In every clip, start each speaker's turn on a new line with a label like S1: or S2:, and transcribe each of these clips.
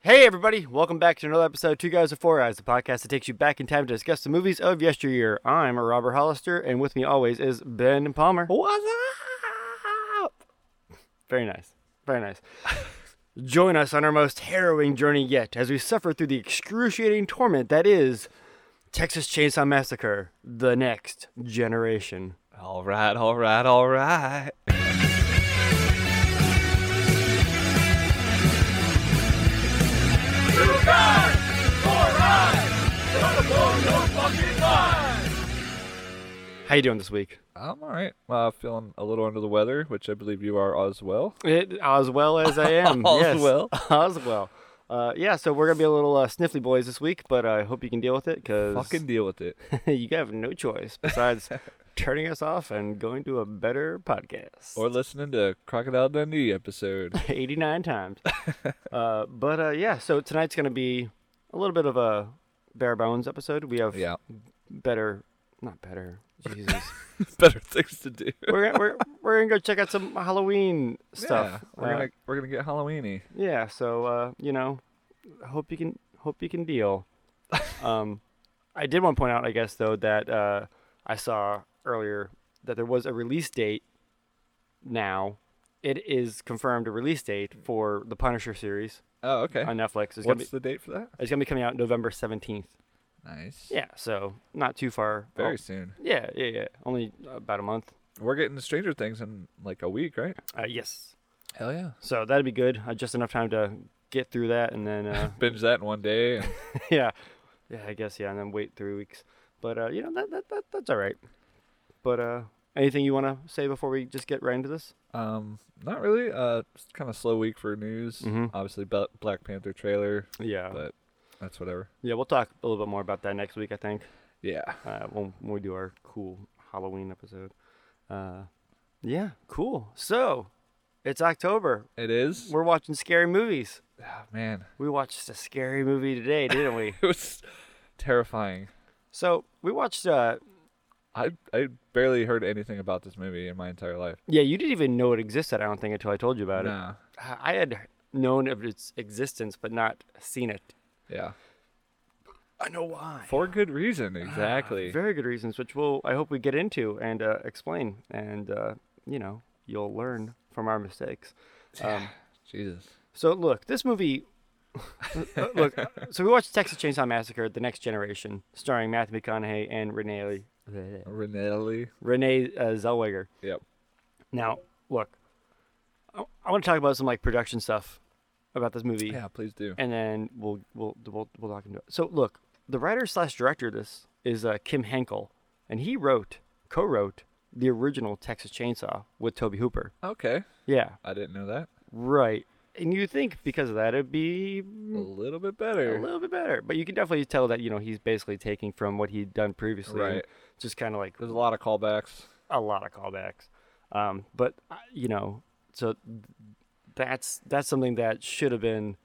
S1: Hey, everybody, welcome back to another episode of Two Guys with Four Eyes, the podcast that takes you back in time to discuss the movies of yesteryear. I'm Robert Hollister, and with me always is Ben Palmer. What's up? Very nice. Very nice. Join us on our most harrowing journey yet as we suffer through the excruciating torment that is Texas Chainsaw Massacre The Next Generation.
S2: All right, all right, all right.
S1: How you doing this week?
S2: I'm all right. Uh, feeling a little under the weather, which I believe you are as well.
S1: It, as well as I am.
S2: All's
S1: yes.
S2: well.
S1: All's well. Uh, yeah, so we're gonna be a little uh, sniffly boys this week, but I hope you can deal with it because
S2: Fucking deal with it.
S1: you have no choice besides turning us off and going to a better podcast.
S2: Or listening to Crocodile Dundee episode.
S1: 89 times. uh, but uh, yeah, so tonight's gonna be a little bit of a bare bones episode. We have
S2: Yeah,
S1: better, not better. Jesus,
S2: better things to do.
S1: we're gonna, we're we're gonna go check out some Halloween stuff.
S2: Yeah, we're
S1: Uh,
S2: gonna we're gonna get Halloweeny.
S1: Yeah, so uh, you know, hope you can hope you can deal. Um, I did want to point out, I guess, though, that uh, I saw earlier that there was a release date. Now, it is confirmed a release date for the Punisher series
S2: Oh, okay.
S1: on Netflix. It's gonna be
S2: What's the date for that?
S1: it's gonna be coming out November seventeenth.
S2: Nice.
S1: Yeah, so not too far.
S2: Very
S1: Oh,
S2: soon.
S1: yeah, yeah, yeah. Only about a month.
S2: We're getting Stranger Things in like a week, right?
S1: Uh, yes.
S2: Hell yeah.
S1: So that'd be good. Uh, just enough time to get through that, and then uh,
S2: Binge that in one day. And
S1: yeah, yeah, I guess yeah, and then wait three weeks. But uh, you know that, that, that that's all right. But uh, anything you want to say before we just get right into this?
S2: um, not really. Uh, kind of slow week for news.
S1: Mhm.
S2: Obviously, Bla- Black Panther trailer,
S1: Yeah,
S2: but that's whatever.
S1: yeah, we'll talk a little bit more about that next week, I think,
S2: Yeah.
S1: uh, when, when we do our cool Halloween episode. Uh, yeah, cool. So it's October.
S2: It is.
S1: We're watching scary movies.
S2: Ah, man,
S1: We watched a scary movie today, didn't we?
S2: it was terrifying.
S1: So we watched. Uh,
S2: I I barely heard anything about this movie in my entire life.
S1: yeah, you didn't even know it existed. I don't think until I told you about it.
S2: Nah.
S1: I had known of its existence but not seen it.
S2: Yeah.
S1: I know why.
S2: For good reason, exactly.
S1: Ah, Very good reasons, which we'll I hope we get into and uh, explain, and uh, you know you'll learn from our mistakes. Um,
S2: Jesus.
S1: so look, this movie. uh, look, uh, so we watched Texas Chainsaw Massacre: The Next Generation, starring Matthew McConaughey and Renee
S2: Renelli.
S1: Renee uh, Zellweger.
S2: Yep.
S1: Now, look, I, I want to talk about some like production stuff about this movie.
S2: Yeah, please do.
S1: and then we'll we'll we'll, we'll talk into it. So look, the writer slash director of this is uh, Kim Henkel, and he wrote co-wrote the original Texas Chainsaw with Toby Hooper.
S2: Okay.
S1: Yeah,
S2: I didn't know that.
S1: right. And you think because of that it'd be
S2: A little bit
S1: Hmm. a
S2: better.
S1: little bit better, but you can definitely tell that you know he's basically taking from what he'd done previously, and
S2: Right.
S1: Just kind of like
S2: There's a lot of callbacks.
S1: a lot of callbacks. Um, but uh, you know, so th- that's that's something that should have been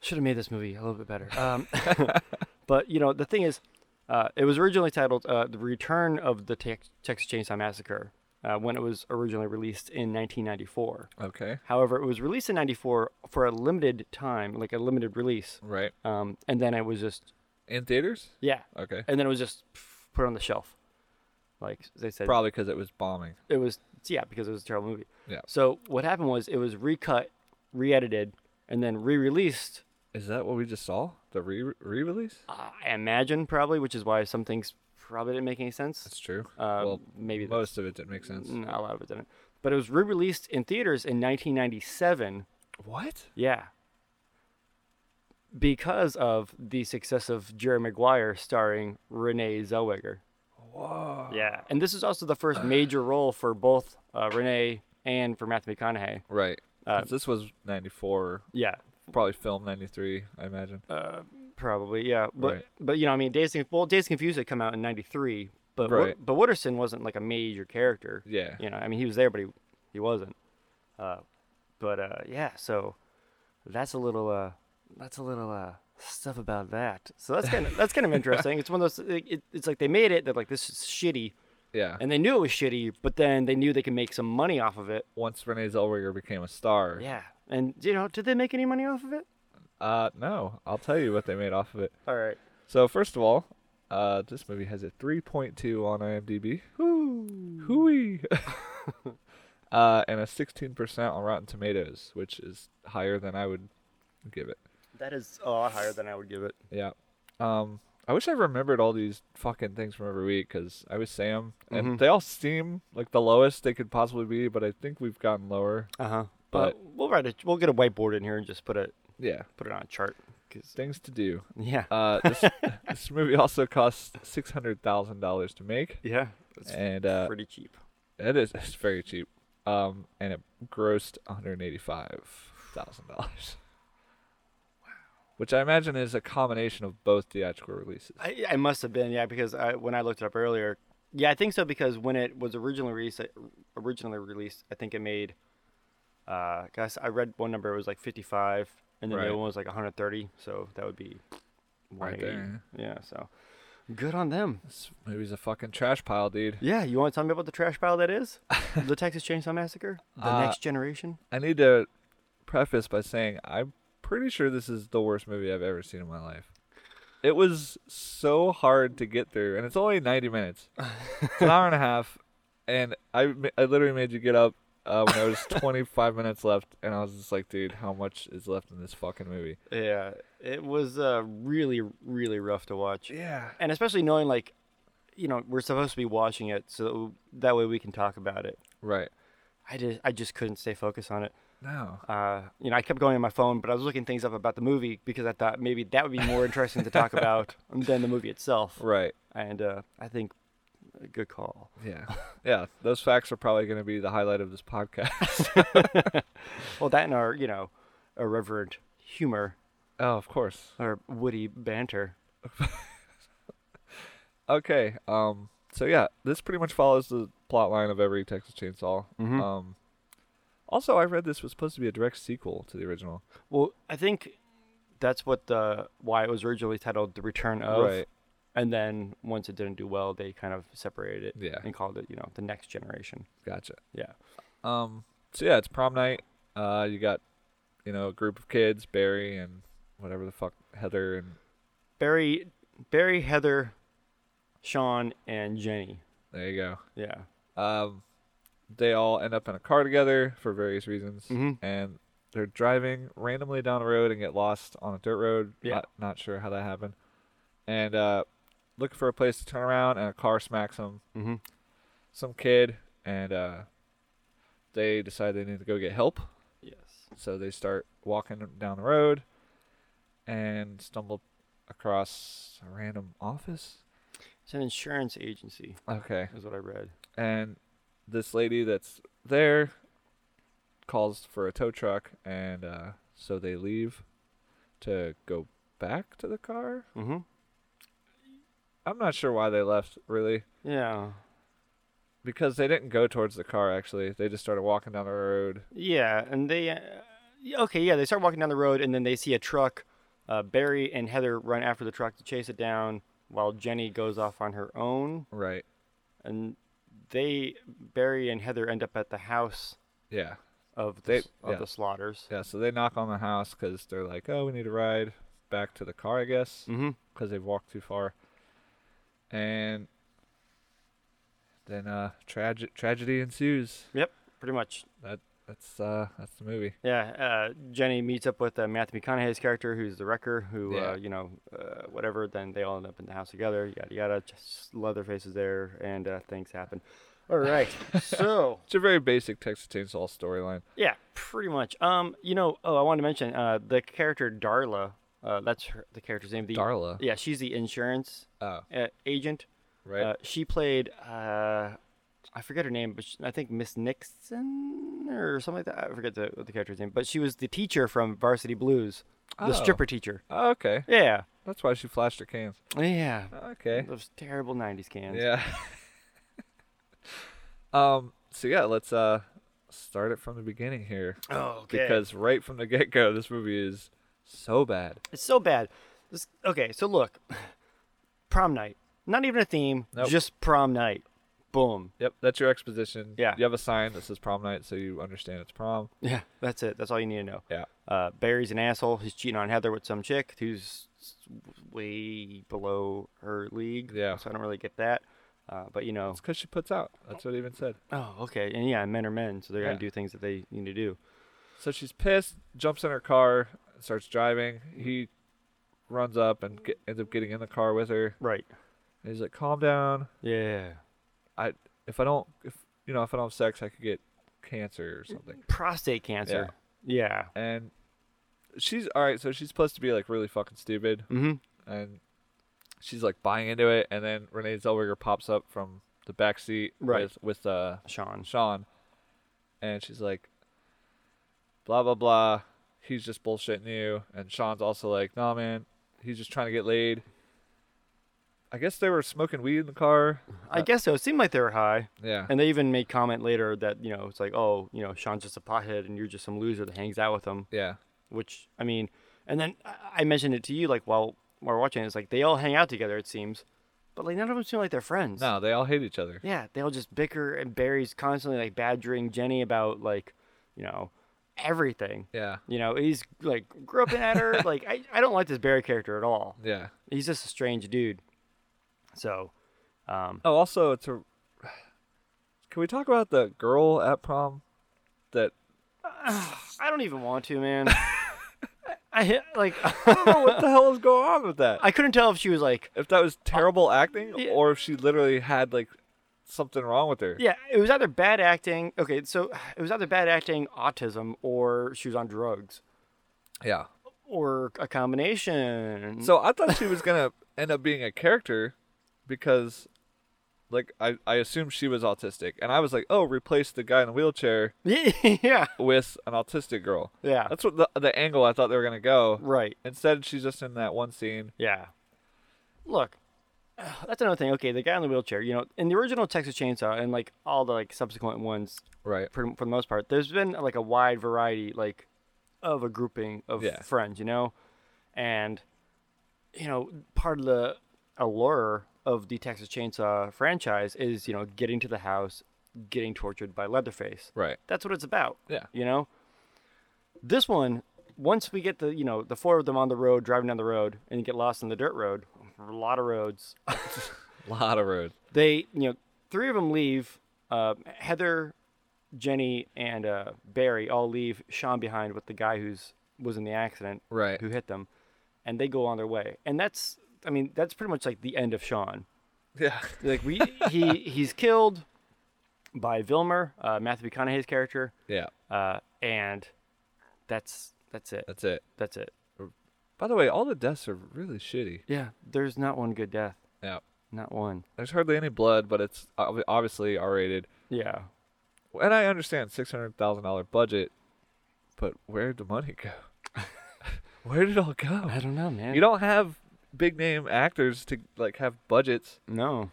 S1: should have made this movie a little bit better. Um, but you know, the thing is, uh, it was originally titled uh, "The Return of the Tex- Texas Chainsaw Massacre" uh, when it was originally released in 1994.
S2: Okay.
S1: However, it was released in '94 for a limited time, like a limited release,
S2: Right.
S1: um, and then it was just
S2: In theaters?
S1: yeah,
S2: Okay.
S1: and then it was just pff, put on the shelf. Like they said,
S2: Probably because it was bombing.
S1: it was yeah because it was a terrible movie.
S2: Yeah.
S1: So what happened was it was recut, re-edited, and then re-released.
S2: Is that what we just saw? The re re release?
S1: Uh, I imagine probably, which is why some things probably didn't make any sense.
S2: That's true.
S1: Uh,
S2: well,
S1: maybe the-
S2: most of it didn't make sense.
S1: n- a lot of it didn't. But it was re-released in theaters in 1997.
S2: What?
S1: Yeah. Because of the success of Jerry Maguire starring Renee Zellweger.
S2: Whoa.
S1: Yeah. And this is also the first major role for both uh, Renee and for Matthew McConaughey.
S2: Right.
S1: Uh,
S2: 'Cause this was 94,
S1: Yeah.
S2: probably film 93, I imagine.
S1: Uh, probably, yeah. But
S2: Right.
S1: but you know, I mean, Days Conf- well, Days Confused had come out in '93, but Wo-
S2: Right.
S1: but Wooderson wasn't like a major character.
S2: Yeah.
S1: You know, I mean, he was there, but he he wasn't. Uh, but uh, yeah, so that's a little uh, that's a little uh, stuff about that. So that's kind of that's kind of interesting. It's one of those. It, it, it's like they made it. They're like, this is shitty,
S2: Yeah.
S1: and they knew it was shitty, but then they knew they could make some money off of it.
S2: Once Renee Zellweger became a star,
S1: Yeah, and you know, did they make any money off of it?
S2: Uh, no, I'll tell you what they made off of it.
S1: All right.
S2: So first of all, uh, this movie has a 3.2 on IMDb. Hooey. uh, and a 16% on Rotten Tomatoes, which is higher than I would give it.
S1: That is a lot higher than I would give it.
S2: Yeah. Um, I wish I remembered all these fucking things from every week because I was Sam, and
S1: Mhm.
S2: they all seem like the lowest they could possibly be, but I think we've gotten lower.
S1: Uh huh. But we'll write a we'll get a whiteboard in here and just put it
S2: Yeah.
S1: put it on a chart. 'cause-
S2: Things to do.
S1: yeah.
S2: Uh, this, this movie also costs six hundred thousand dollars to make,
S1: yeah. It's
S2: and uh,
S1: pretty cheap.
S2: it is it's very cheap. Um, and it grossed one hundred eighty-five thousand dollars. Which I imagine is a combination of both theatrical releases.
S1: I, I must have been yeah because I, when I looked it up earlier, yeah I think so because when it was originally released, uh, originally released I think it made, uh, guys I read one number it was like fifty five and then the other
S2: Right.
S1: one was like one hundred thirty so that would be one
S2: Right
S1: eighty
S2: there.
S1: yeah so good on them
S2: This movie's a fucking trash pile, dude.
S1: yeah you want to tell me about the trash pile that is the Texas Chainsaw Massacre the
S2: Uh,
S1: next generation
S2: I need to preface by saying I'm pretty sure this is the worst movie I've ever seen in my life. It was so hard to get through, and it's only 90 minutes. it's an hour and a half, and I, ma- I literally made you get up uh, when there was 25 minutes left, and I was just like, dude, how much is left in this fucking movie?
S1: yeah it was uh, really really rough to watch
S2: Yeah.
S1: and especially knowing like you know we're supposed to be watching it so that way we can talk about it
S2: Right.
S1: i just i just couldn't stay focused on it
S2: No.
S1: uh, you know i kept going on my phone but i was looking things up about the movie because i thought maybe that would be more interesting to talk about than the movie itself
S2: Right.
S1: and uh, i think a good call
S2: Yeah. Yeah. Those facts are probably going to be the highlight of this podcast.
S1: well that and our you know irreverent humor
S2: oh, of course.
S1: or witty banter
S2: Okay. Um. So yeah, this pretty much follows the plot line of every Texas Chainsaw.
S1: Mhm.
S2: Um. Also, I read this was supposed to be a direct sequel to the original.
S1: well i think that's what the why it was originally titled the return of
S2: Right.
S1: and then once it didn't do well they kind of separated it
S2: Yeah.
S1: and called it you know the next generation
S2: Gotcha.
S1: yeah
S2: Um. So yeah, it's prom night. Uh. You got, you know, a group of kids, Barry and whatever the fuck Heather and
S1: barry barry heather sean and jenny
S2: there you
S1: yeah
S2: go. Um. They all end up in a car together for various reasons,
S1: Mhm.
S2: and they're driving randomly down the road and get lost on a dirt road.
S1: Yeah.
S2: Not, not sure how that happened. And uh, looking for a place to turn around, and a car smacks them.
S1: mm-hmm.
S2: some kid and uh, they decide they need to go get help.
S1: yes
S2: So they start walking down the road and stumble across a random office.
S1: it's an insurance agency
S2: Okay.
S1: is what i read
S2: And this lady that's there calls for a tow truck and uh, so they leave to go back to the car.
S1: mm-hmm.
S2: I'm not sure why they left really.
S1: yeah
S2: Because they didn't go towards the car actually. They just started walking down the road.
S1: yeah and they uh, yeah, okay yeah they start walking down the road and then they see a truck uh, barry and heather run after the truck to chase it down while jenny goes off on her own
S2: Right.
S1: and they barry and heather end up at the house
S2: Yeah.
S1: of the,
S2: They-
S1: s- of
S2: yeah.
S1: the slaughters.
S2: Yeah, so they knock on the house because they're like, oh, we need a ride back to the car, I guess,
S1: Mm-hmm.
S2: because they've walked too far. And then uh, trage- tragedy ensues.
S1: Pretty much.
S2: That's uh, that's the movie.
S1: Yeah. Uh, Jenny meets up with uh, Matthew McConaughey's character, who's the wrecker, who
S2: Yeah.
S1: uh, you know, uh, whatever. Then they all end up in the house together. Yada yada. Just Leatherface is there, and uh, things happen. All right. so
S2: It's a very basic Texas Chainsaw storyline.
S1: yeah, pretty much. Um, you know, oh, I wanted to mention uh, the character Darla. Uh, that's her, the character's name. The
S2: Darla.
S1: yeah, she's the insurance
S2: Oh,
S1: uh, agent.
S2: right.
S1: Uh, she played, uh, I forget her name, but sh I think Miss Nixon or something like that. I forget the, what the character's name, but she was the teacher from Varsity Blues, the
S2: Oh.
S1: stripper teacher.
S2: oh, okay.
S1: Yeah,
S2: That's why she flashed her cans.
S1: yeah.
S2: Okay.
S1: Those terrible '90s cans.
S2: Yeah. um. So yeah, let's uh start it from the beginning here
S1: Oh,
S2: because right from the get go, this movie is so bad.
S1: it's so bad. This, okay, so look, prom night. Not even a theme.
S2: Nope.
S1: Just prom night. Boom.
S2: Yep, that's your exposition.
S1: Yeah.
S2: You have a sign that says prom night, so you understand it's prom.
S1: Yeah, that's it. That's all you need to know.
S2: Yeah.
S1: Uh, Barry's an asshole. He's cheating on Heather with some chick who's way below her league.
S2: Yeah.
S1: So I don't really get that. Uh, but you know,
S2: It's because she puts out. That's what it even said.
S1: oh, okay. And yeah, men are men, so they're
S2: Yeah.
S1: going to do things that they need to do.
S2: So she's pissed, jumps in her car, starts driving. He runs up and get, ends up getting in the car with her.
S1: Right.
S2: And he's like, "Calm down.
S1: Yeah.
S2: If I don't, if you know, if I don't have sex, I could get cancer or
S1: Mm-hmm.
S2: something."
S1: Prostate cancer. Yeah.
S2: And she's all right. So she's supposed to be like really fucking stupid,
S1: Mm-hmm.
S2: and she's like buying into it. And then Renee Zellweger pops up from the back seat
S1: Right.
S2: with with uh,
S1: Sean.
S2: Sean, and she's like, blah blah blah. He's just bullshitting you, and Sean's also like, nah, man, he's just trying to get laid. I guess they were smoking weed in the car.
S1: I guess so. It seemed like they were high.
S2: Yeah,
S1: And they even made comment later that, you know, it's like, oh, you know, Sean's just a pothead and you're just some loser that hangs out with him.
S2: yeah,
S1: Which, I mean, and then I- I mentioned it to you, like, while while we're watching, it's like they all hang out together, it seems. But, like, none of them seem like they're friends.
S2: no, they all hate each other.
S1: Yeah, they all just bicker and Barry's constantly, like, badgering Jenny about, like, you know, everything.
S2: Yeah,
S1: You know, he's, like, groping at her. like, I, I don't like this Barry character at all.
S2: yeah.
S1: He's just a strange dude. So, um,
S2: Oh, also, it's a. Can we talk about the girl at prom? That
S1: I don't even want to, man. I, I hit, like
S2: I don't know oh, what the hell is going on with that.
S1: I couldn't tell if she was like
S2: if that was terrible acting,
S1: yeah.
S2: or if she literally had like something wrong with her.
S1: yeah, it was either bad acting. Okay, so it was either bad acting, autism, or she was on drugs,
S2: yeah.
S1: or a combination.
S2: So I thought she was gonna end up being a character because like I, I assumed she was autistic and I was like, Oh, replace the guy in the wheelchair
S1: yeah,
S2: with an autistic girl.
S1: yeah,
S2: That's what the the angle I thought they were gonna go.
S1: right.
S2: Instead she's just in that one scene.
S1: Yeah. Look, that's another thing. Okay, the guy in the wheelchair. You know, in the original Texas Chainsaw and like all the like subsequent ones,
S2: Right.
S1: for, for the most part, there's been like a wide variety like of a grouping of
S2: Yeah.
S1: friends, you know, and you know part of the allure of the Texas Chainsaw franchise is you know getting to the house, getting tortured by Leatherface.
S2: Right.
S1: That's what it's about.
S2: Yeah.
S1: You know, this one, once we get the you know the four of them on the road driving down the road and you get lost in the dirt road, a lot of roads.
S2: lot of road.
S1: they you know three of them leave. Uh, Heather, Jenny, and uh, Barry all leave Sean behind with the guy who's was in the accident
S2: Right.
S1: who hit them, and they go on their way. And that's I mean that's pretty much like the end of Sean.
S2: Yeah.
S1: Like we he he's killed by Vilmer, uh, Matthew McConaughey's character
S2: Yeah.
S1: uh, and that's that's it.
S2: That's it.
S1: That's it.
S2: By the way, all the deaths are really shitty.
S1: Yeah, there's not one good death.
S2: Yeah.
S1: Not one.
S2: There's hardly any blood, but it's ob- obviously R rated.
S1: Yeah.
S2: And I understand six hundred thousand dollar budget, but where'd the money go? Where did it all go?
S1: I don't know, man.
S2: You don't have big name actors to like have budgets.
S1: No.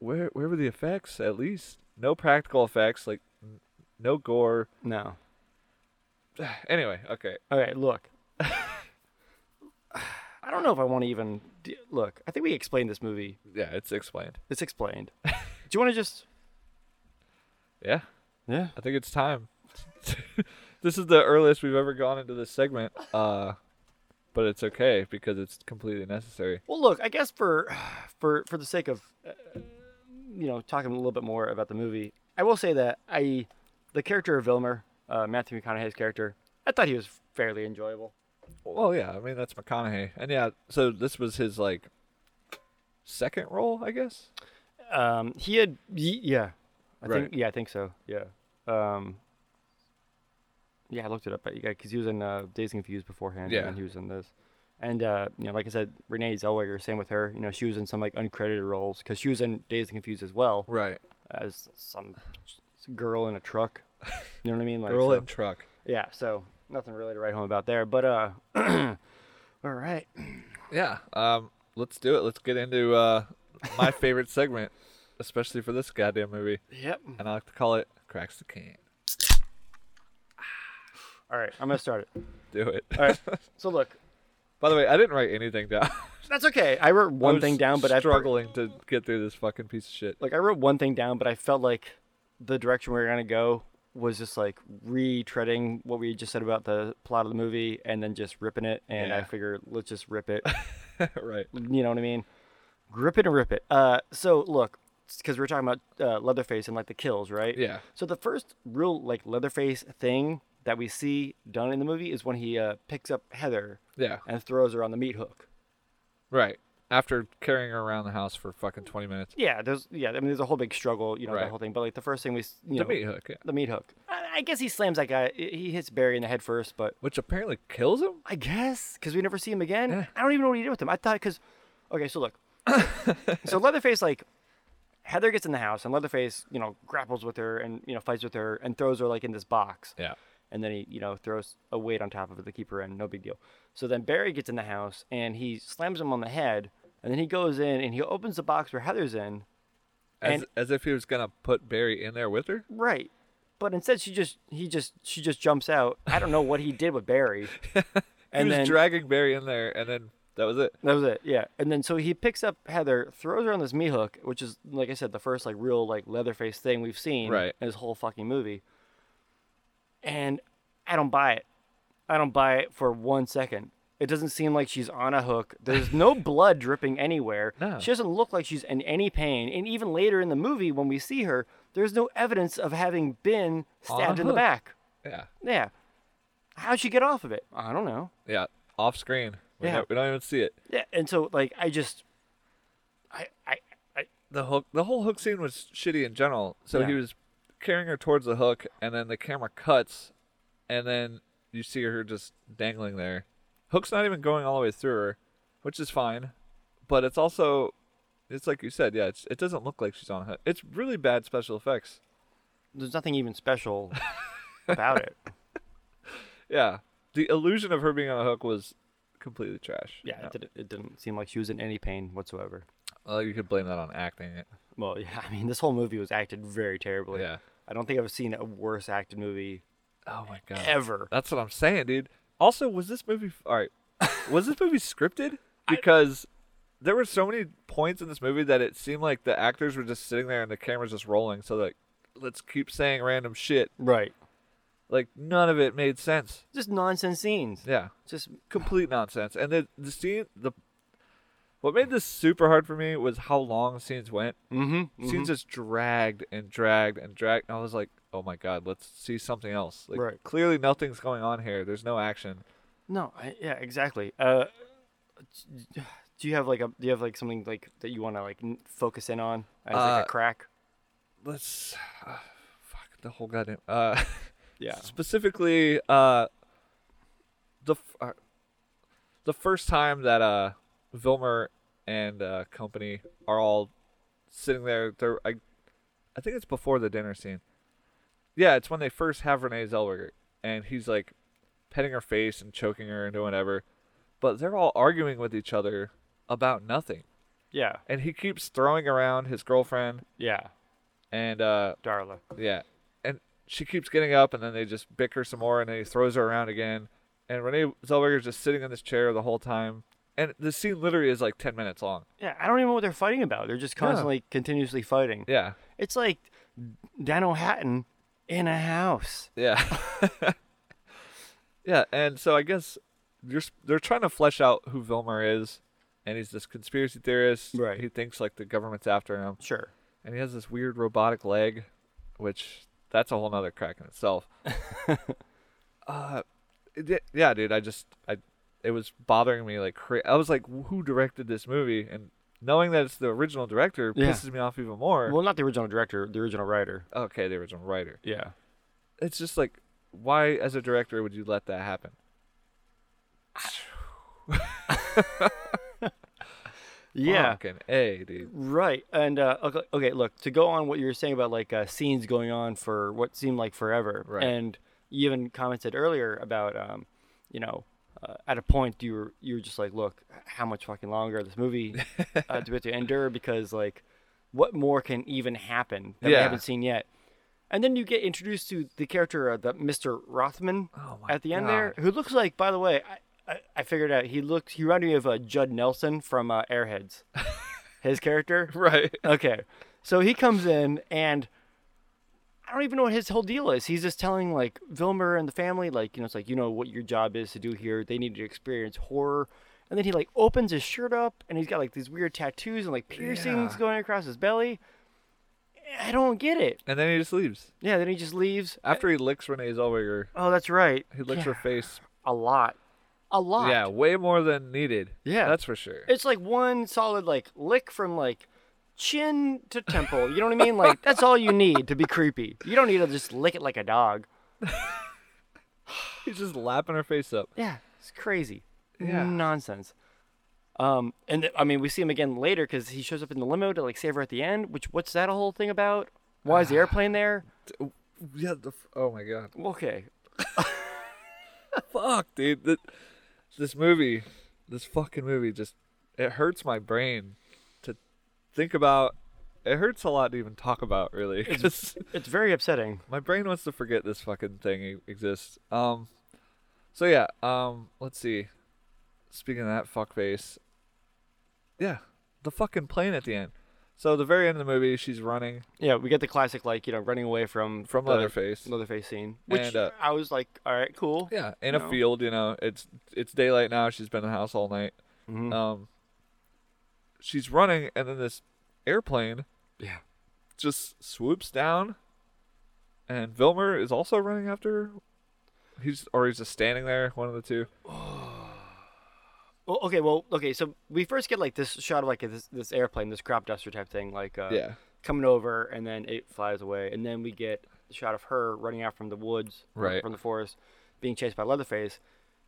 S2: Where where were the effects? At least no practical effects, like n- no gore.
S1: No.
S2: Anyway, okay.
S1: All right, look. I don't know if I want to even d- look. I think we explained this movie.
S2: Yeah, it's explained.
S1: It's explained. Do you want to just
S2: Yeah,
S1: Yeah.
S2: I think it's time. this is the earliest we've ever gone into this segment. Uh, but it's okay because it's completely necessary.
S1: Well, look, I guess for for for the sake of uh, you know talking a little bit more about the movie, I will say that I the character of Vilmer, uh, Matthew McConaughey's character, I thought he was fairly enjoyable.
S2: Well, yeah, I mean that's McConaughey, and yeah, so this was his like second role, I guess.
S1: Um, he had, y- yeah, I
S2: Right.
S1: think, yeah, I think so. Yeah. Um, yeah, I looked it up, but yeah, because he was in uh, Days and Confused beforehand,
S2: Yeah.
S1: and then he was in this, and uh, you know, like I said, Renee Zellweger, same with her. You know, she was in some like uncredited roles because she was in Days and Confused as well
S2: Right.
S1: as some girl in a truck. You know what I mean? Like,
S2: Girl
S1: so-
S2: and truck.
S1: yeah. So nothing really to write home about there, but uh, all right.
S2: Yeah. Um. Let's do it. Let's get into uh my favorite segment, especially for this goddamn movie,
S1: Yep.
S2: and I like to call it "Cracks the Can."
S1: All right. I'm gonna start it.
S2: Do it.
S1: All right. So look,
S2: By the way, I didn't write anything down.
S1: That's okay. I wrote one
S2: I'm
S1: thing down, but I've
S2: struggling to get through this fucking piece of shit.
S1: like I wrote one thing down, but I felt like the direction we were gonna go was just like retreading what we just said about the plot of the movie and then just ripping it. And I
S2: Yeah.
S1: figured let's just rip it.
S2: right.
S1: you know what I mean? Grip it and rip it. Uh, so look, because we're talking about uh, Leatherface and like the kills, right?
S2: Yeah.
S1: So the first real like Leatherface thing that we see done in the movie is when he uh, picks up Heather
S2: Yeah.
S1: and throws her on the meat hook.
S2: Right. After carrying her around the house for fucking 20 minutes.
S1: Yeah, there's yeah, I mean there's a whole big struggle, you know, that
S2: Right.
S1: whole thing. But like the first thing we, s- you
S2: The
S1: know,
S2: meat hook, yeah.
S1: the meat hook. I, I guess he slams that guy. I- He hits Barry in the head first, but
S2: Which apparently kills him?
S1: I guess because we never see him again.
S2: Yeah.
S1: I don't even know what he did with him. I thought because, okay, so look, so Leatherface like Heather gets in the house and Leatherface you know grapples with her and you know fights with her and throws her like in this box.
S2: Yeah.
S1: And then he, you know, throws a weight on top of it to keep her in. No big deal. So then Barry gets in the house and he slams him on the head. And then he goes in and he opens the box where Heather's in.
S2: As,
S1: And-
S2: as if he was going to put Barry in there with her?
S1: Right. But instead, she just he just she just jumps out. I don't know what he did with Barry.
S2: he
S1: and
S2: was
S1: then
S2: dragging Barry in there, and then that was it.
S1: that was it. Yeah. And then so he picks up Heather, throws her on this me hook, which is like I said, the first like real like Leatherface thing we've seen
S2: Right.
S1: in this whole fucking movie. And I don't buy it. I don't buy it for one second. It doesn't seem like she's on a hook. There's no blood dripping anywhere.
S2: No.
S1: She doesn't look like she's in any pain. And even later in the movie, when we see her, there's no evidence of having been
S2: On a
S1: stabbed in the
S2: hook.
S1: back.
S2: Yeah.
S1: Yeah. How'd she get off of it? I don't know.
S2: Yeah. Off screen. We,
S1: Yeah.
S2: don't, we don't even see it.
S1: Yeah, and so like I just, I I, I
S2: The hook, the whole hook scene was shitty in general. So he
S1: Yeah.
S2: was carrying her towards the hook, and then the camera cuts, and then you see her just dangling there. Hook's not even going all the way through her, which is fine, but it's also, it's like you said, yeah, it's, it doesn't look like she's on a hook. It's really bad special effects.
S1: there's nothing even special about it.
S2: Yeah, the illusion of her being on a hook was completely trash.
S1: Yeah, it, did, it didn't seem like she was in any pain whatsoever.
S2: Well, you could blame that on acting. It.
S1: Well, yeah, I mean this whole movie was acted very terribly.
S2: Yeah.
S1: I don't think I've seen a worse acted movie
S2: Oh my god.
S1: ever.
S2: That's what I'm saying, dude. Also, was this movie all right? Was this movie scripted? Because there were so many points in this movie that it seemed like the actors were just sitting there and the camera's just rolling. So like, let's keep saying random shit.
S1: Right.
S2: Like none of it made sense.
S1: Just nonsense scenes.
S2: Yeah,
S1: Just
S2: complete nonsense. And the the scene the what made this super hard for me was how long scenes went.
S1: mm-hmm.
S2: Scenes just dragged and dragged and dragged. And I was like, oh my god, let's see something else. Like
S1: Right.
S2: clearly nothing's going on here. There's no action.
S1: No. I, yeah. Exactly. Uh, do you have like a do you have like something like that you want to like n- focus in on as like
S2: Uh,
S1: a crack?
S2: let's uh, fuck the whole goddamn uh
S1: Yeah.
S2: specifically uh the f- uh, the first time that uh Vilmer and uh company are all sitting there they're I I think it's before the dinner scene. Yeah, it's when they first have Renee Zellweger and he's like petting her face and choking her and doing whatever. But they're all arguing with each other about nothing.
S1: Yeah.
S2: And he keeps throwing around his girlfriend
S1: Yeah.
S2: and uh
S1: Darla.
S2: yeah. And she keeps getting up, and then they just bicker some more, and then he throws her around again. And Renee Zellweger's just sitting in this chair the whole time. And the scene literally is like 10 minutes long.
S1: Yeah, I don't even know what they're fighting about. They're just
S2: Yeah.
S1: constantly, continuously fighting.
S2: Yeah.
S1: It's like Dano Hatton in a house.
S2: Yeah. yeah. And so I guess you're, s- they're trying to flesh out who Vilmer is. And he's this conspiracy theorist.
S1: Right.
S2: He thinks like the government's after him.
S1: Sure.
S2: And he has this weird robotic leg, which that's a whole nother crack in itself. uh, it, di- yeah, dude, I just I it was bothering me like cra- I was like, who directed this movie? And knowing that it's the original director
S1: Yeah.
S2: pisses me off even more.
S1: Well, not the original director, the original writer.
S2: okay, the original writer.
S1: Yeah.
S2: It's just like, why as a director would you let that happen?
S1: Yeah.
S2: Fucking a dude.
S1: Right. And uh, okay, okay, look, to go on what you were saying about like uh, scenes going on for what seemed like forever.
S2: Right.
S1: And you even commented earlier about, um, you know, uh, at a point you were you were just like, look, how much fucking longer this movie uh, do we have to endure? Because like, what more can even happen that we
S2: Yeah.
S1: haven't seen yet? And then you get introduced to the character, uh, the Mr. Rothman,
S2: Oh my
S1: at the end there,
S2: God.
S1: who looks like, by the way, I, I, I figured out he looks. He reminded me of uh, Judd Nelson from uh, Airheads. His character.
S2: Right.
S1: Okay. So he comes in and I don't even know what his whole deal is. He's just telling like Vilmer and the family, like, you know, it's like, you know what your job is to do here. They need to experience horror. And then he like opens his shirt up and he's got like these weird tattoos and like piercings
S2: Yeah.
S1: going across his belly. I don't get it.
S2: And then he just leaves.
S1: Yeah, then he just leaves.
S2: After he licks Renee Zellweger,
S1: Oh, that's right.
S2: he licks her face.
S1: a lot. A lot.
S2: Yeah, way more than needed.
S1: Yeah.
S2: That's for sure.
S1: It's like one solid like lick from like chin to temple. You know what I mean? Like that's all you need to be creepy. You don't need to just lick it like a dog.
S2: He's just lapping her face up.
S1: Yeah, it's crazy.
S2: Yeah.
S1: Nonsense. Um, and th- I mean, we see him again later because he shows up in the limo to like save her at the end. Which what's that whole thing about? Why is the airplane there?
S2: Yeah. The, f- oh my god.
S1: Okay.
S2: Fuck, dude. Th- this movie, this fucking movie, just it hurts my brain to think about. It hurts a lot to even talk about, really, because
S1: It's very upsetting.
S2: my brain wants to forget this fucking thing e- exists. Um, so yeah. Um, let's see. Speaking of that fuckface, yeah, the fucking plane at the end. So the very end of the movie, she's running
S1: Yeah, we get the classic like you know running away from
S2: from
S1: the
S2: Leatherface.
S1: Leatherface scene, which
S2: And, uh,
S1: I was like, all right, cool.
S2: Yeah, in
S1: No.
S2: a field, you know, it's it's daylight now. She's been in the house all night.
S1: Mhm.
S2: Um, she's running, and then this airplane
S1: Yeah.
S2: just swoops down, and Vilmer is also running after. her. He's or he's just standing there, one of the two.
S1: Well, okay, well, okay. So we first get like this shot of like this this airplane, this crop duster type thing, like uh,
S2: yeah,
S1: coming over, and then it flies away, and then we get the shot of her running out from the woods, from-
S2: Right.
S1: from the forest, being chased by Leatherface,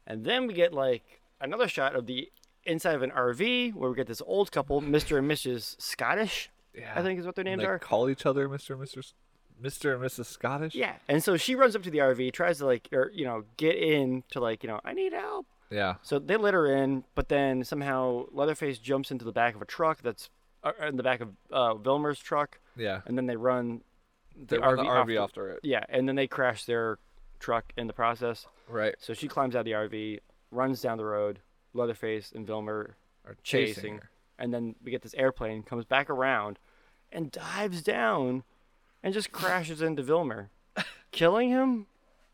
S1: and then we get like another shot of the inside of an RV where we get this old couple, Mister and Mrs. Scottish,
S2: yeah.
S1: I think is what their names
S2: they
S1: are.
S2: call each other Mister, Mister, Mister and Mrs. Scottish.
S1: Yeah, and so she runs up to the RV, tries to like, or you know, get in to like, you know, I need help,
S2: yeah,
S1: So they let her in, but then somehow Leatherface jumps into the back of a truck that's uh, in the back of uh, Vilmer's truck,
S2: yeah.
S1: and then they run
S2: They
S1: the RV,
S2: run the RV
S1: off.
S2: off the road.
S1: the- yeah, and then they crash their truck in the process.
S2: Right,
S1: So she climbs out of the RV, runs down the road. Leatherface and Vilmer
S2: or chasing,
S1: chasing, and then we get this airplane comes back around, and dives down, and just crashes into Vilmer, killing him.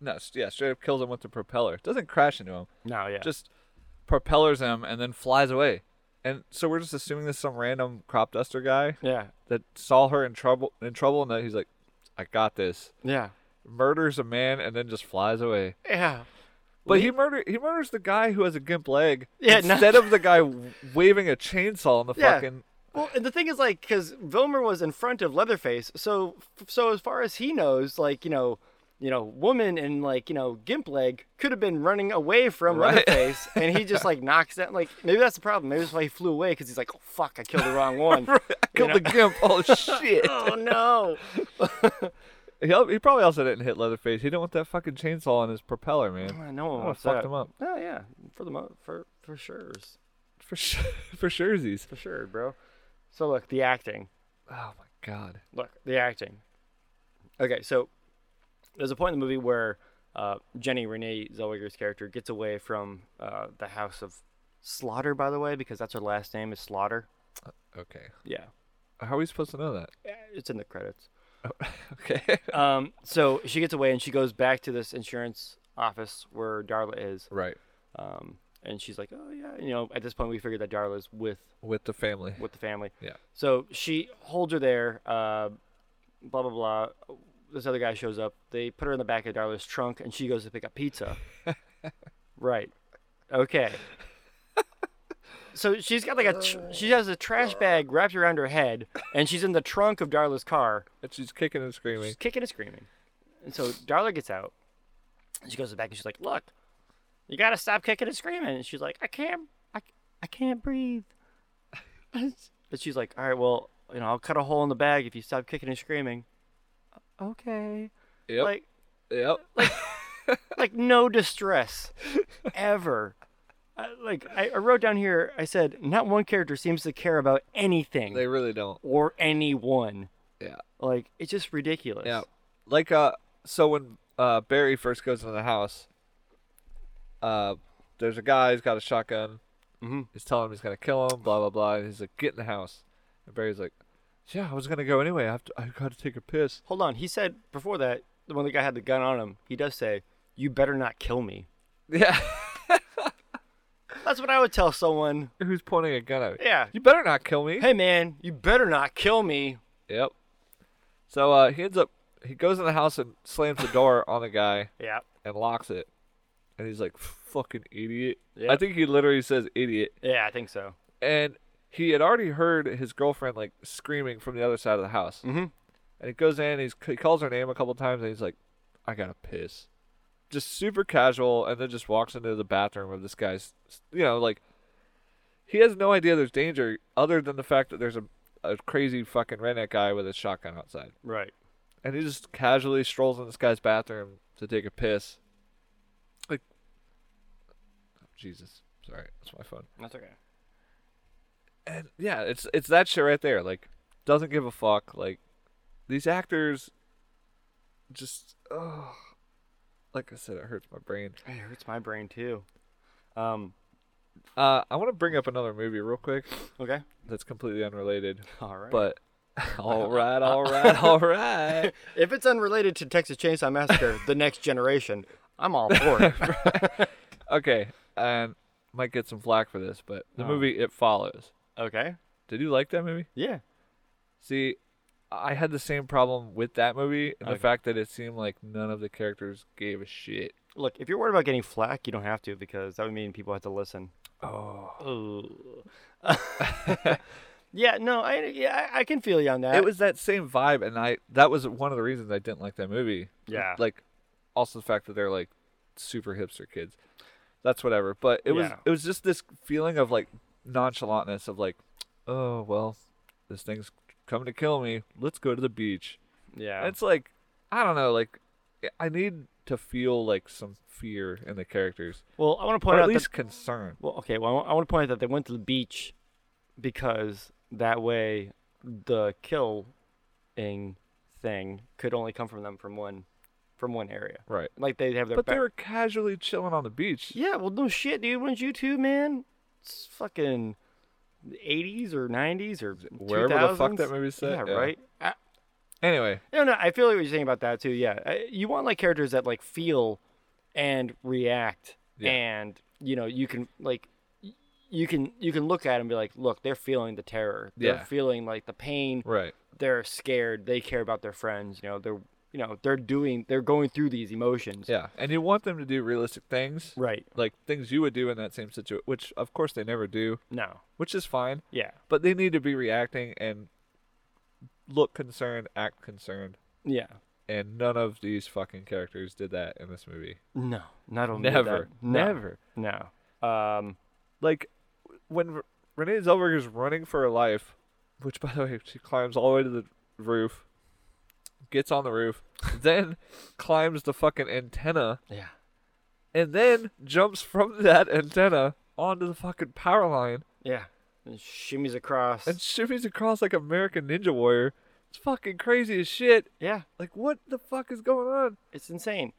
S2: No, s- yeah, straight up kills him with the propeller. Doesn't crash into him.
S1: No, yeah,
S2: just propellers him and then flies away. And so we're just assuming this is some random crop duster guy
S1: yeah,
S2: that saw her in trouble in trouble and that he's like, I got this.
S1: yeah,
S2: Murders a man and then just flies away.
S1: yeah.
S2: But he murder he murders the guy who has a gimp leg
S1: Yeah, no-
S2: instead of the guy w- waving a chainsaw on the
S1: Yeah.
S2: fucking
S1: Well, and the thing is, like, because Vilmer was in front of Leatherface, so so as far as he knows, like, you know, you know, woman in like you know gimp leg could have been running away from
S2: Right.
S1: Leatherface, and he just like knocks that. Like, maybe that's the problem. Maybe that's why he flew away because he's like, oh fuck, I killed the wrong one.
S2: killed the gimp. Oh shit!
S1: oh no.
S2: He, al- he probably also didn't hit Leatherface. He didn't want that fucking chainsaw on his propeller, man.
S1: no one
S2: would've
S1: wants
S2: fucked
S1: Oh, that.
S2: him up.
S1: Oh yeah, for the mo- for for sure,
S2: For sure, for surezies.
S1: for sure, bro. So look, the acting.
S2: Oh my god.
S1: Look, the acting. Okay, so there's a point in the movie where uh, Jenny Renee Zellweger's character gets away from uh, the house of Slaughter, by the way, because that's her last name is Slaughter.
S2: Okay.
S1: Yeah,
S2: How are we supposed to know that?
S1: Eh, it's in the credits.
S2: Okay.
S1: Um, so she gets away and she goes back to this insurance office where Darla is,
S2: Right.
S1: um, and she's like, "Oh yeah," you know. At this point, we figured that Darla's with
S2: With the family.
S1: with the family.
S2: Yeah.
S1: So she holds her there. Uh, blah blah blah. This other guy shows up. They put her in the back of Darla's trunk, and she goes to pick up pizza. right. Okay. So she's got like a tr- she has a trash bag wrapped around her head, and she's in the trunk of Darla's car,
S2: And she's kicking and screaming.
S1: She's kicking and screaming. And so Darla gets out, and she goes to the back, and she's like, "Look, you gotta stop kicking and screaming." And she's like, "I can't, I, I can't breathe." but she's like, "All right, well, you know, I'll cut a hole in the bag if you stop kicking and screaming." Okay.
S2: Yep.
S1: Like,
S2: yep.
S1: like no distress, ever. I, like I, I wrote down here, I said, not one character seems to care about anything
S2: they really don't.
S1: or anyone.
S2: Yeah.
S1: Like it's just ridiculous.
S2: Yeah. Like uh so when uh Barry first goes into the house, uh there's a guy. He's got a shotgun.
S1: Mhm.
S2: He's telling him he's gonna kill him. Blah blah blah. And he's like, get in the house. And Barry's like, yeah, I was gonna go anyway. I have to. I got to take a piss.
S1: Hold on. He said before that when the guy had the gun on him, he does say, "You better not kill me."
S2: Yeah.
S1: That's what I would tell someone.
S2: Who's pointing a gun at me?
S1: Yeah.
S2: You better not kill me.
S1: Hey man, you better not kill me.
S2: Yep. So uh, he ends up. He goes in the house and slams the door on the guy.
S1: Yeah.
S2: and locks it. And he's like, fucking idiot.
S1: Yeah.
S2: I think he literally says idiot.
S1: Yeah, I think so.
S2: And he had already heard his girlfriend like screaming from the other side of the house.
S1: Mhm.
S2: And he goes in, and he's, he calls her name a couple times, and he's like, I gotta piss. Just super casual, and then just walks into the bathroom of this guy's, you know, like, he has no idea there's danger other than the fact that there's a, a crazy fucking redneck guy with a shotgun outside
S1: Right.
S2: and he just casually strolls in this guy's bathroom to take a piss. Like, Jesus, sorry, that's my phone.
S1: That's okay.
S2: And yeah, it's it's that shit right there. Like, doesn't give a fuck. Like, these actors, just oh, like I said, it hurts my brain.
S1: It hurts my brain too. Um.
S2: Uh, I want to bring up another movie real quick
S1: Okay.
S2: that's completely unrelated,
S1: All right.
S2: but. All right, all right, all right.
S1: if it's unrelated to Texas Chainsaw Massacre, The Next Generation, I'm all for it.
S2: Okay, and might get some flack for this, but the
S1: Oh.
S2: movie It Follows.
S1: okay.
S2: Did you like that movie?
S1: Yeah.
S2: See, I had the same problem with that movie and the
S1: Okay.
S2: fact that it seemed like none of the characters gave a shit.
S1: Look, if you're worried about getting flack, you don't have to because that would mean people have to listen.
S2: Oh.
S1: yeah, no, I yeah, I, I can feel you on that.
S2: It was that same vibe and I that was one of the reasons I didn't like that movie.
S1: Yeah.
S2: Like also the fact that they're like super hipster kids. That's whatever. But it was
S1: Yeah.
S2: it was just this feeling of like nonchalantness of like, oh well, this thing's coming to kill me. Let's go to the beach.
S1: yeah.
S2: And It's like I don't know, like I need to feel like some fear in the characters,
S1: well, I want to
S2: or
S1: point
S2: at
S1: out
S2: least
S1: that,
S2: concern.
S1: well, okay, well, I want to point out that they went to the beach because that way the killing thing could only come from them from one from one area.
S2: Right.
S1: Like they have their
S2: But
S1: back-
S2: they were casually chilling on the beach.
S1: Yeah, well, no shit, dude. When's you two, man? It's fucking 80s or 90s or
S2: Wherever the fuck
S1: 2000s.
S2: that movie's set,
S1: Yeah,
S2: yeah.
S1: right. I,
S2: Anyway,
S1: no, no, I feel like what you're saying about that too. Yeah, I, you want like characters that like feel and react,
S2: Yeah.
S1: and you know you can like y- you can you can look at them and be like, look, they're feeling the terror.
S2: Yeah.
S1: They're feeling like the pain.
S2: right.
S1: They're scared. They care about their friends. You know, they're you know they're doing they're going through these emotions.
S2: Yeah. And you want them to do realistic things,
S1: Right.
S2: like things you would do in that same situation, which of course they never do,
S1: No.
S2: which is fine,
S1: Yeah.
S2: but they need to be reacting and look concerned, act concerned.
S1: Yeah.
S2: And none of these fucking characters did that in this movie.
S1: No, not only that-
S2: Never.
S1: no,
S2: Never.
S1: no. Um,
S2: like when R- Renee Zellweger's running for her life, which by the way she climbs all the way to the roof, gets on the roof, then climbs the fucking antenna,
S1: yeah,
S2: and then jumps from that antenna onto the fucking power line
S1: yeah. And shimmies across.
S2: and shimmies across like American Ninja Warrior. It's fucking crazy as shit.
S1: yeah,
S2: Like what the fuck is going on?
S1: it's insane.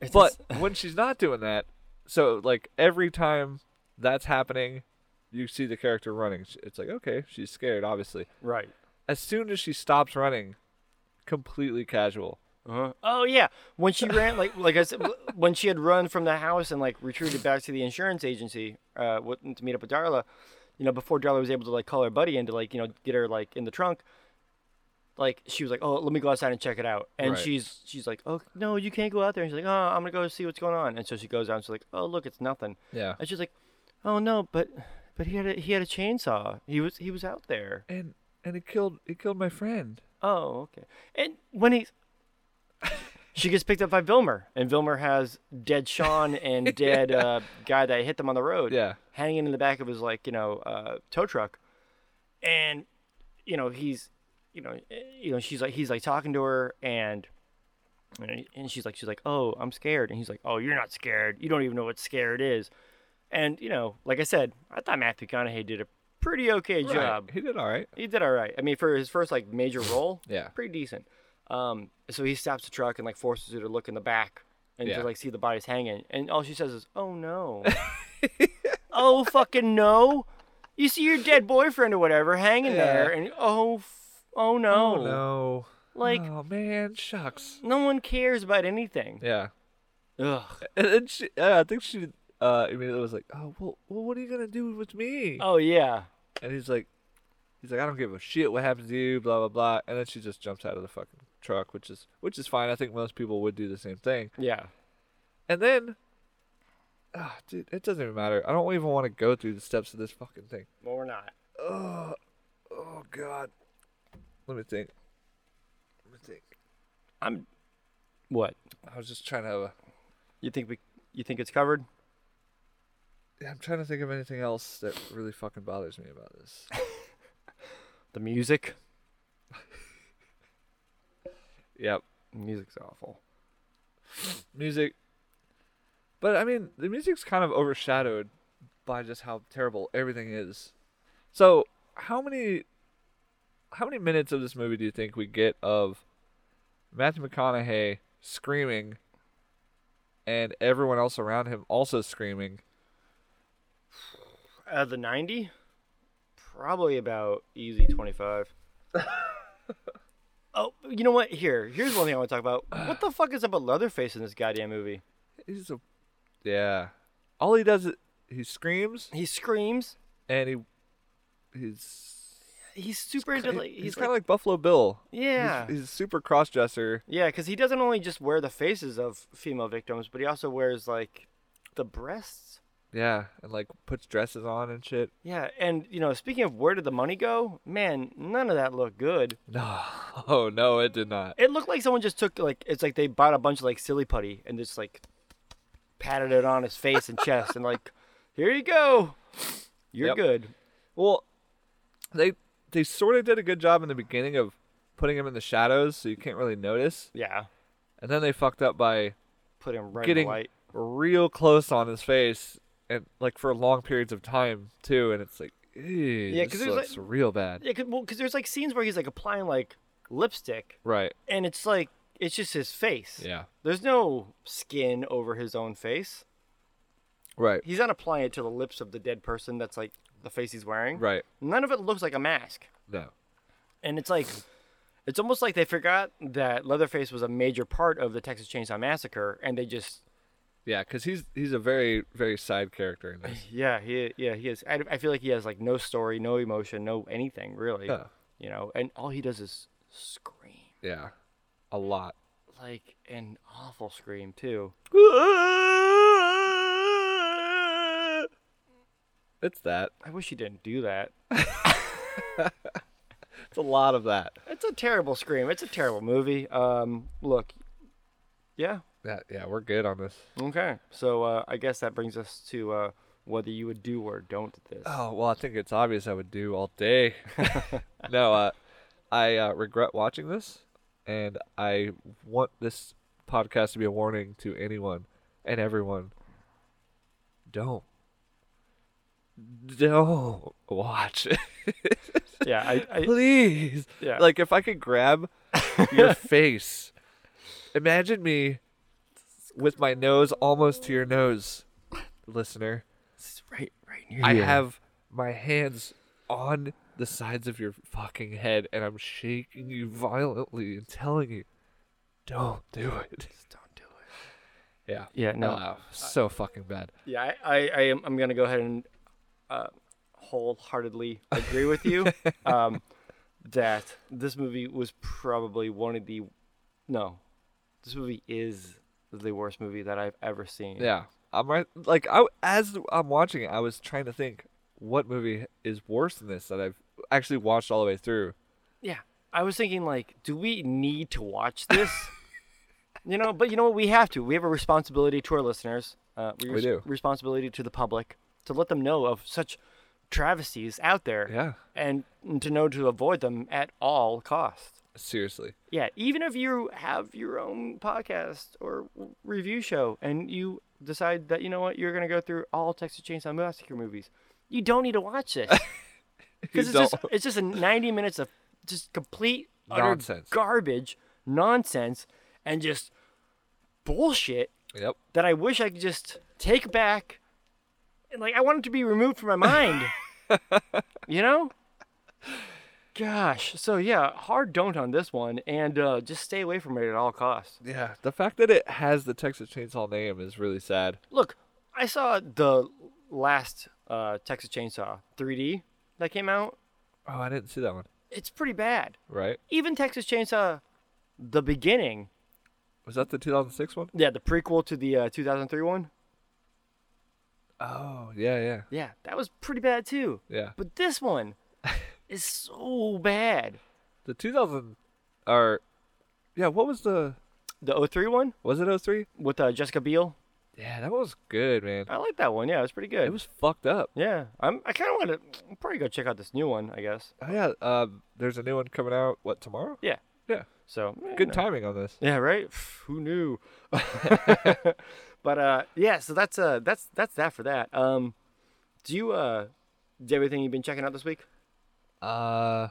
S1: It's
S2: But
S1: ins-
S2: when she's not doing that, so like every time that's happening, you see the character running. It's like okay, she's scared, obviously.
S1: right.
S2: as soon as she stops running, completely casual.
S1: Uh-huh. Oh yeah, when she ran, like like I said, wh- when she had run from the house and like retreated back to the insurance agency, uh, with- to meet up with Darla, you know, before Darla was able to like call her buddy in to like you know get her like in the trunk. Like she was like, oh, let me go outside and check it out, and
S2: Right.
S1: she's she's like, oh no, you can't go out there, and she's like, oh, I'm gonna go see what's going on, and so she goes out and she's like, oh look, it's nothing,
S2: Yeah.
S1: And she's like, "Oh no, but but he had a, he had a chainsaw. He was he was out there.
S2: And and it killed it killed my friend.
S1: Oh, okay." And when he's she gets picked up by Vilmer, and Vilmer has dead Sean and dead uh, guy that hit them on the road,
S2: Yeah.
S1: hanging in the back of his like you know uh, tow truck, and you know he's you know eh, you know she's like he's like talking to her and and and she's like she's like oh i'm scared and he's like oh you're not scared you don't even know what scared is and you know like i said i thought matthew mcconaughey did a pretty okay job
S2: He did all right.
S1: he did all right i mean for his first like major role
S2: Yeah.
S1: pretty decent um so he stops the truck and like forces her to look in the back and
S2: Yeah.
S1: to like see the bodies hanging. And all she says is, "Oh no, oh fucking no." You see your dead boyfriend or whatever hanging
S2: Yeah.
S1: there, and oh, f- oh no,
S2: Oh no.
S1: like
S2: oh man, shucks.
S1: no one cares about anything.
S2: Yeah.
S1: Ugh.
S2: And, and she, uh, I think she uh, immediately was like, "Oh well, well, what are you gonna do with me?"
S1: Oh yeah,
S2: And he's like, "He's like, I don't give a shit what happens to you, blah blah blah." And then she just jumps out of the fucking truck, which is which is fine. I think most people would do the same thing.
S1: yeah.
S2: And then, ah, dude, it doesn't even matter. I don't even want to go through the steps of this fucking thing.
S1: Well, we're not.
S2: Oh, oh god. Let me think. Let me think.
S1: I'm. What?
S2: I was just trying to. Have a,
S1: You think we? You think it's covered?
S2: yeah, I'm trying to think of anything else that really fucking bothers me about this.
S1: The music.
S2: yep.
S1: Music's awful.
S2: music. But I mean, the music's kind of overshadowed by just how terrible everything is. So, how many how many minutes of this movie do you think we get of Matthew McConaughey screaming and everyone else around him also screaming?
S1: Out of Uh, the ninety, probably about easy twenty-five. oh, you know what? Here, here's one thing I want to talk about. What the fuck is up with Leatherface in this goddamn movie?
S2: He's a yeah. All he does is he screams
S1: He screams.
S2: and he he's
S1: He's super into like. He's,
S2: he's
S1: kind
S2: kind of like Buffalo Bill.
S1: yeah.
S2: He's, he's a super crossdresser.
S1: Yeah, because he doesn't only just wear the faces of female victims, but he also wears like the breasts.
S2: Yeah, and like puts dresses on and shit.
S1: Yeah, and you know, speaking of where did the money go? Man, none of that looked good.
S2: No, oh no, it did not.
S1: It looked like someone just took like it's like they bought a bunch of like silly putty and just like patted it on his face and chest and like, here you go, you're
S2: Yep.
S1: good.
S2: Well, they they sort of did a good job in the beginning of putting him in the shadows, so you can't really notice.
S1: Yeah,
S2: And then they fucked up by
S1: put him right in
S2: Getting-
S1: the light.
S2: real close on his face, and like for long periods of time too. And it's like, ew,
S1: Yeah, 'cause
S2: this
S1: there's, like-
S2: looks real bad.
S1: Yeah, cause, well, 'cause there's like scenes where he's like applying like lipstick,
S2: Right?
S1: and it's like it's just his face.
S2: Yeah.
S1: There's no skin over his own face.
S2: Right.
S1: He's not applying it to the lips of the dead person. That's like the face he's wearing.
S2: Right.
S1: None of it looks like a mask.
S2: No.
S1: And it's like, it's almost like they forgot that Leatherface was a major part of the Texas Chainsaw Massacre, and they just,
S2: Yeah, because he's he's a very very side character in this.
S1: yeah, he, yeah, he is. I, I feel like he has like no story, no emotion, no anything really.
S2: Yeah.
S1: You know, and all he does is scream,
S2: yeah, a lot.
S1: like an awful scream too.
S2: It's that.
S1: I wish he didn't do that.
S2: It's a lot of that.
S1: It's a terrible scream. It's a terrible movie. Um, look, yeah,
S2: Yeah, yeah, we're good on this.
S1: Okay, so uh, I guess that brings us to uh, whether you would do or don't this.
S2: Oh well, I think it's obvious I would do all day. no, uh, I uh, regret watching this, and I want this podcast to be a warning to anyone and everyone. Don't, don't watch it,
S1: Yeah, I, I
S2: please.
S1: yeah,
S2: Like if I could grab your face, imagine me with my nose almost to your nose, listener.
S1: it's right, right near
S2: I
S1: you.
S2: have my hands on the sides of your fucking head and I'm shaking you violently and telling you, don't do it.
S1: Don't do it.
S2: Yeah.
S1: Yeah, no.
S2: Wow. So fucking bad.
S1: Yeah, I, I, I am. I'm gonna go ahead and uh, wholeheartedly agree with you um, that this movie was probably one of the no, this movie is the worst movie that I've ever seen.
S2: Yeah. I'm right. Like, I, as I'm watching it, I was trying to think what movie is worse than this that I've actually watched all the way through.
S1: Yeah. I was thinking like, do we need to watch this? you know, but you know what? We have to. We have a responsibility to our listeners. Uh,
S2: We do.
S1: Responsibility to the public to let them know of such travesties out there.
S2: Yeah.
S1: And to know to avoid them at all costs.
S2: Seriously.
S1: Yeah, even if you have your own podcast or review show and you decide that you know what you're gonna go through all Texas Chainsaw Massacre movies, you don't need to watch this because it's
S2: You
S1: just
S2: don't.
S1: it's just a 90 minutes of just complete utter
S2: Nonsense.
S1: garbage, nonsense, and just bullshit
S2: Yep.
S1: that I wish I could just take back and like I want it to be removed from my mind. you know? Gosh. So yeah, hard don't on this one and uh, just stay away from it at all costs.
S2: Yeah. The fact that it has the Texas Chainsaw name is really sad.
S1: Look, I saw the last uh, Texas Chainsaw 3D that came out.
S2: Oh, I didn't see that one.
S1: It's pretty bad.
S2: Right.
S1: Even Texas Chainsaw the beginning,
S2: Was that the 2006 one?
S1: yeah, the prequel to the uh, 2003 one.
S2: Oh, yeah, yeah.
S1: Yeah, that was pretty bad too.
S2: Yeah.
S1: But this one is so bad.
S2: The 2000 or yeah, what was the
S1: The 03 one
S2: was it 03?
S1: with uh, Jessica Biel.
S2: Yeah, that was good, man.
S1: I like that one. Yeah, it was pretty good.
S2: It was fucked up.
S1: yeah, I'm. I kind of want to probably go check out this new one. I guess.
S2: Oh, yeah, um, there's a new one coming out. What tomorrow?
S1: Yeah.
S2: Yeah.
S1: So eh,
S2: Good
S1: no.
S2: timing on this.
S1: Yeah. Right. Who knew? but uh, yeah. So that's uh, that's that's that for that. Um, do you uh, do you have anything you've been checking out this week?
S2: Uh,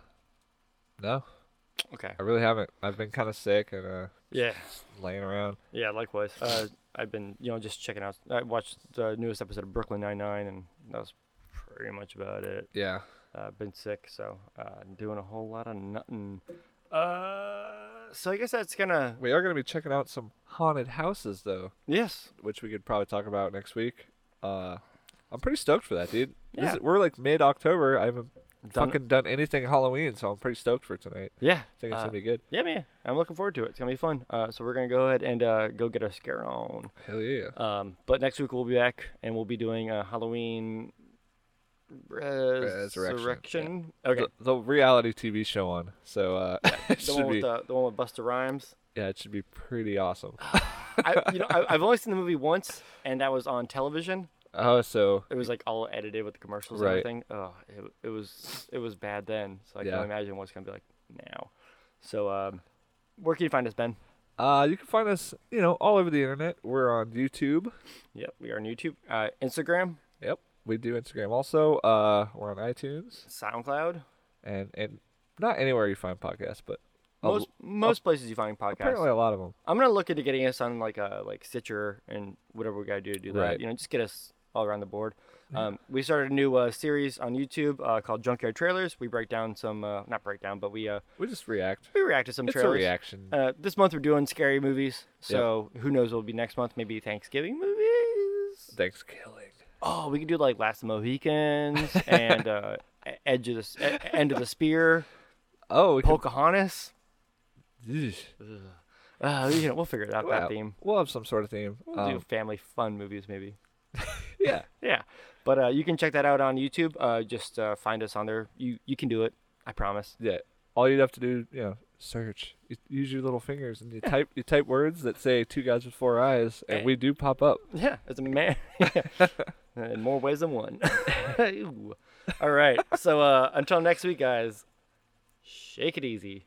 S2: no,
S1: Okay.
S2: I really haven't. I've been kind of sick and uh,
S1: Yeah.
S2: laying around.
S1: Yeah. Likewise. Uh, I've been you know just checking out. I watched the newest episode of Brooklyn Nine Nine, and that was pretty much about it.
S2: Yeah.
S1: uh, been sick, so uh, doing a whole lot of nothing. Uh, so I guess that's gonna
S2: We are gonna be checking out some haunted houses though,
S1: yes,
S2: which we could probably talk about next week. Uh, I'm pretty stoked for that, dude. This
S1: Yeah.
S2: is- we're like mid-October. I haven't
S1: Done it.
S2: fucking done anything Halloween, so I'm pretty stoked for tonight.
S1: yeah,
S2: I think
S1: Uh,
S2: it's gonna be good.
S1: yeah, man. I'm looking forward to it. It's gonna be fun. Uh, so we're gonna go ahead and uh, go get our scare on.
S2: Hell yeah.
S1: Um, but next week we'll be back and we'll be doing a Halloween
S2: Resurrection,
S1: resurrection. Okay,
S2: the, the reality TV show on. So uh, it
S1: the one
S2: should
S1: with
S2: be
S1: the, the one with Buster Rhymes.
S2: yeah, it should be pretty awesome.
S1: I, you know, I, I've only seen the movie once, and that was on television.
S2: Oh, so
S1: It was like all edited with the commercials
S2: Right.
S1: and everything. Oh, it, it was it was bad then. So I
S2: Yeah.
S1: can't imagine what's gonna be like now. So um, where can you find us, Ben?
S2: uh, you can find us, you know, all over the internet. We're on YouTube.
S1: Yep, we are on YouTube, uh, Instagram,
S2: Yep, we do Instagram also. Uh, we're on iTunes
S1: SoundCloud,
S2: and and not anywhere you find podcasts, but a l-
S1: most most places you find podcasts.
S2: apparently a lot of them.
S1: I'm gonna look into getting us on like uh like Stitcher and whatever we gotta do to do that.
S2: Right.
S1: You know, just get us all around the board. Um, we started a new uh, series on YouTube uh, called Junkyard Trailers. We break down some, uh, not break down, but we uh,
S2: We just react.
S1: we react to some
S2: It's a
S1: trailers.
S2: reaction.
S1: Uh, this month we're doing scary movies, so who knows what will be next month? Maybe Thanksgiving movies.
S2: Thanks, killing.
S1: Oh, we could do like Last of the Mohicans and uh, E- Edge of the S- E- End of the Spear,
S2: Oh, we
S1: Pocahontas.
S2: can,
S1: Uh, you know, we'll figure it out
S2: Well,
S1: that theme.
S2: We'll have some sort of theme.
S1: We'll do
S2: Um,
S1: family fun movies maybe.
S2: yeah.
S1: Yeah, but uh, you can check that out on YouTube. Uh, just uh, find us on there. You you can do it. I promise.
S2: Yeah. All you'd have to do, you know, search. You, use your little fingers and you type you type words that say two guys with four eyes and we do pop up.
S1: Yeah, as a man, in more ways than one. Ooh. All right. So uh, until next week, guys, shake it easy.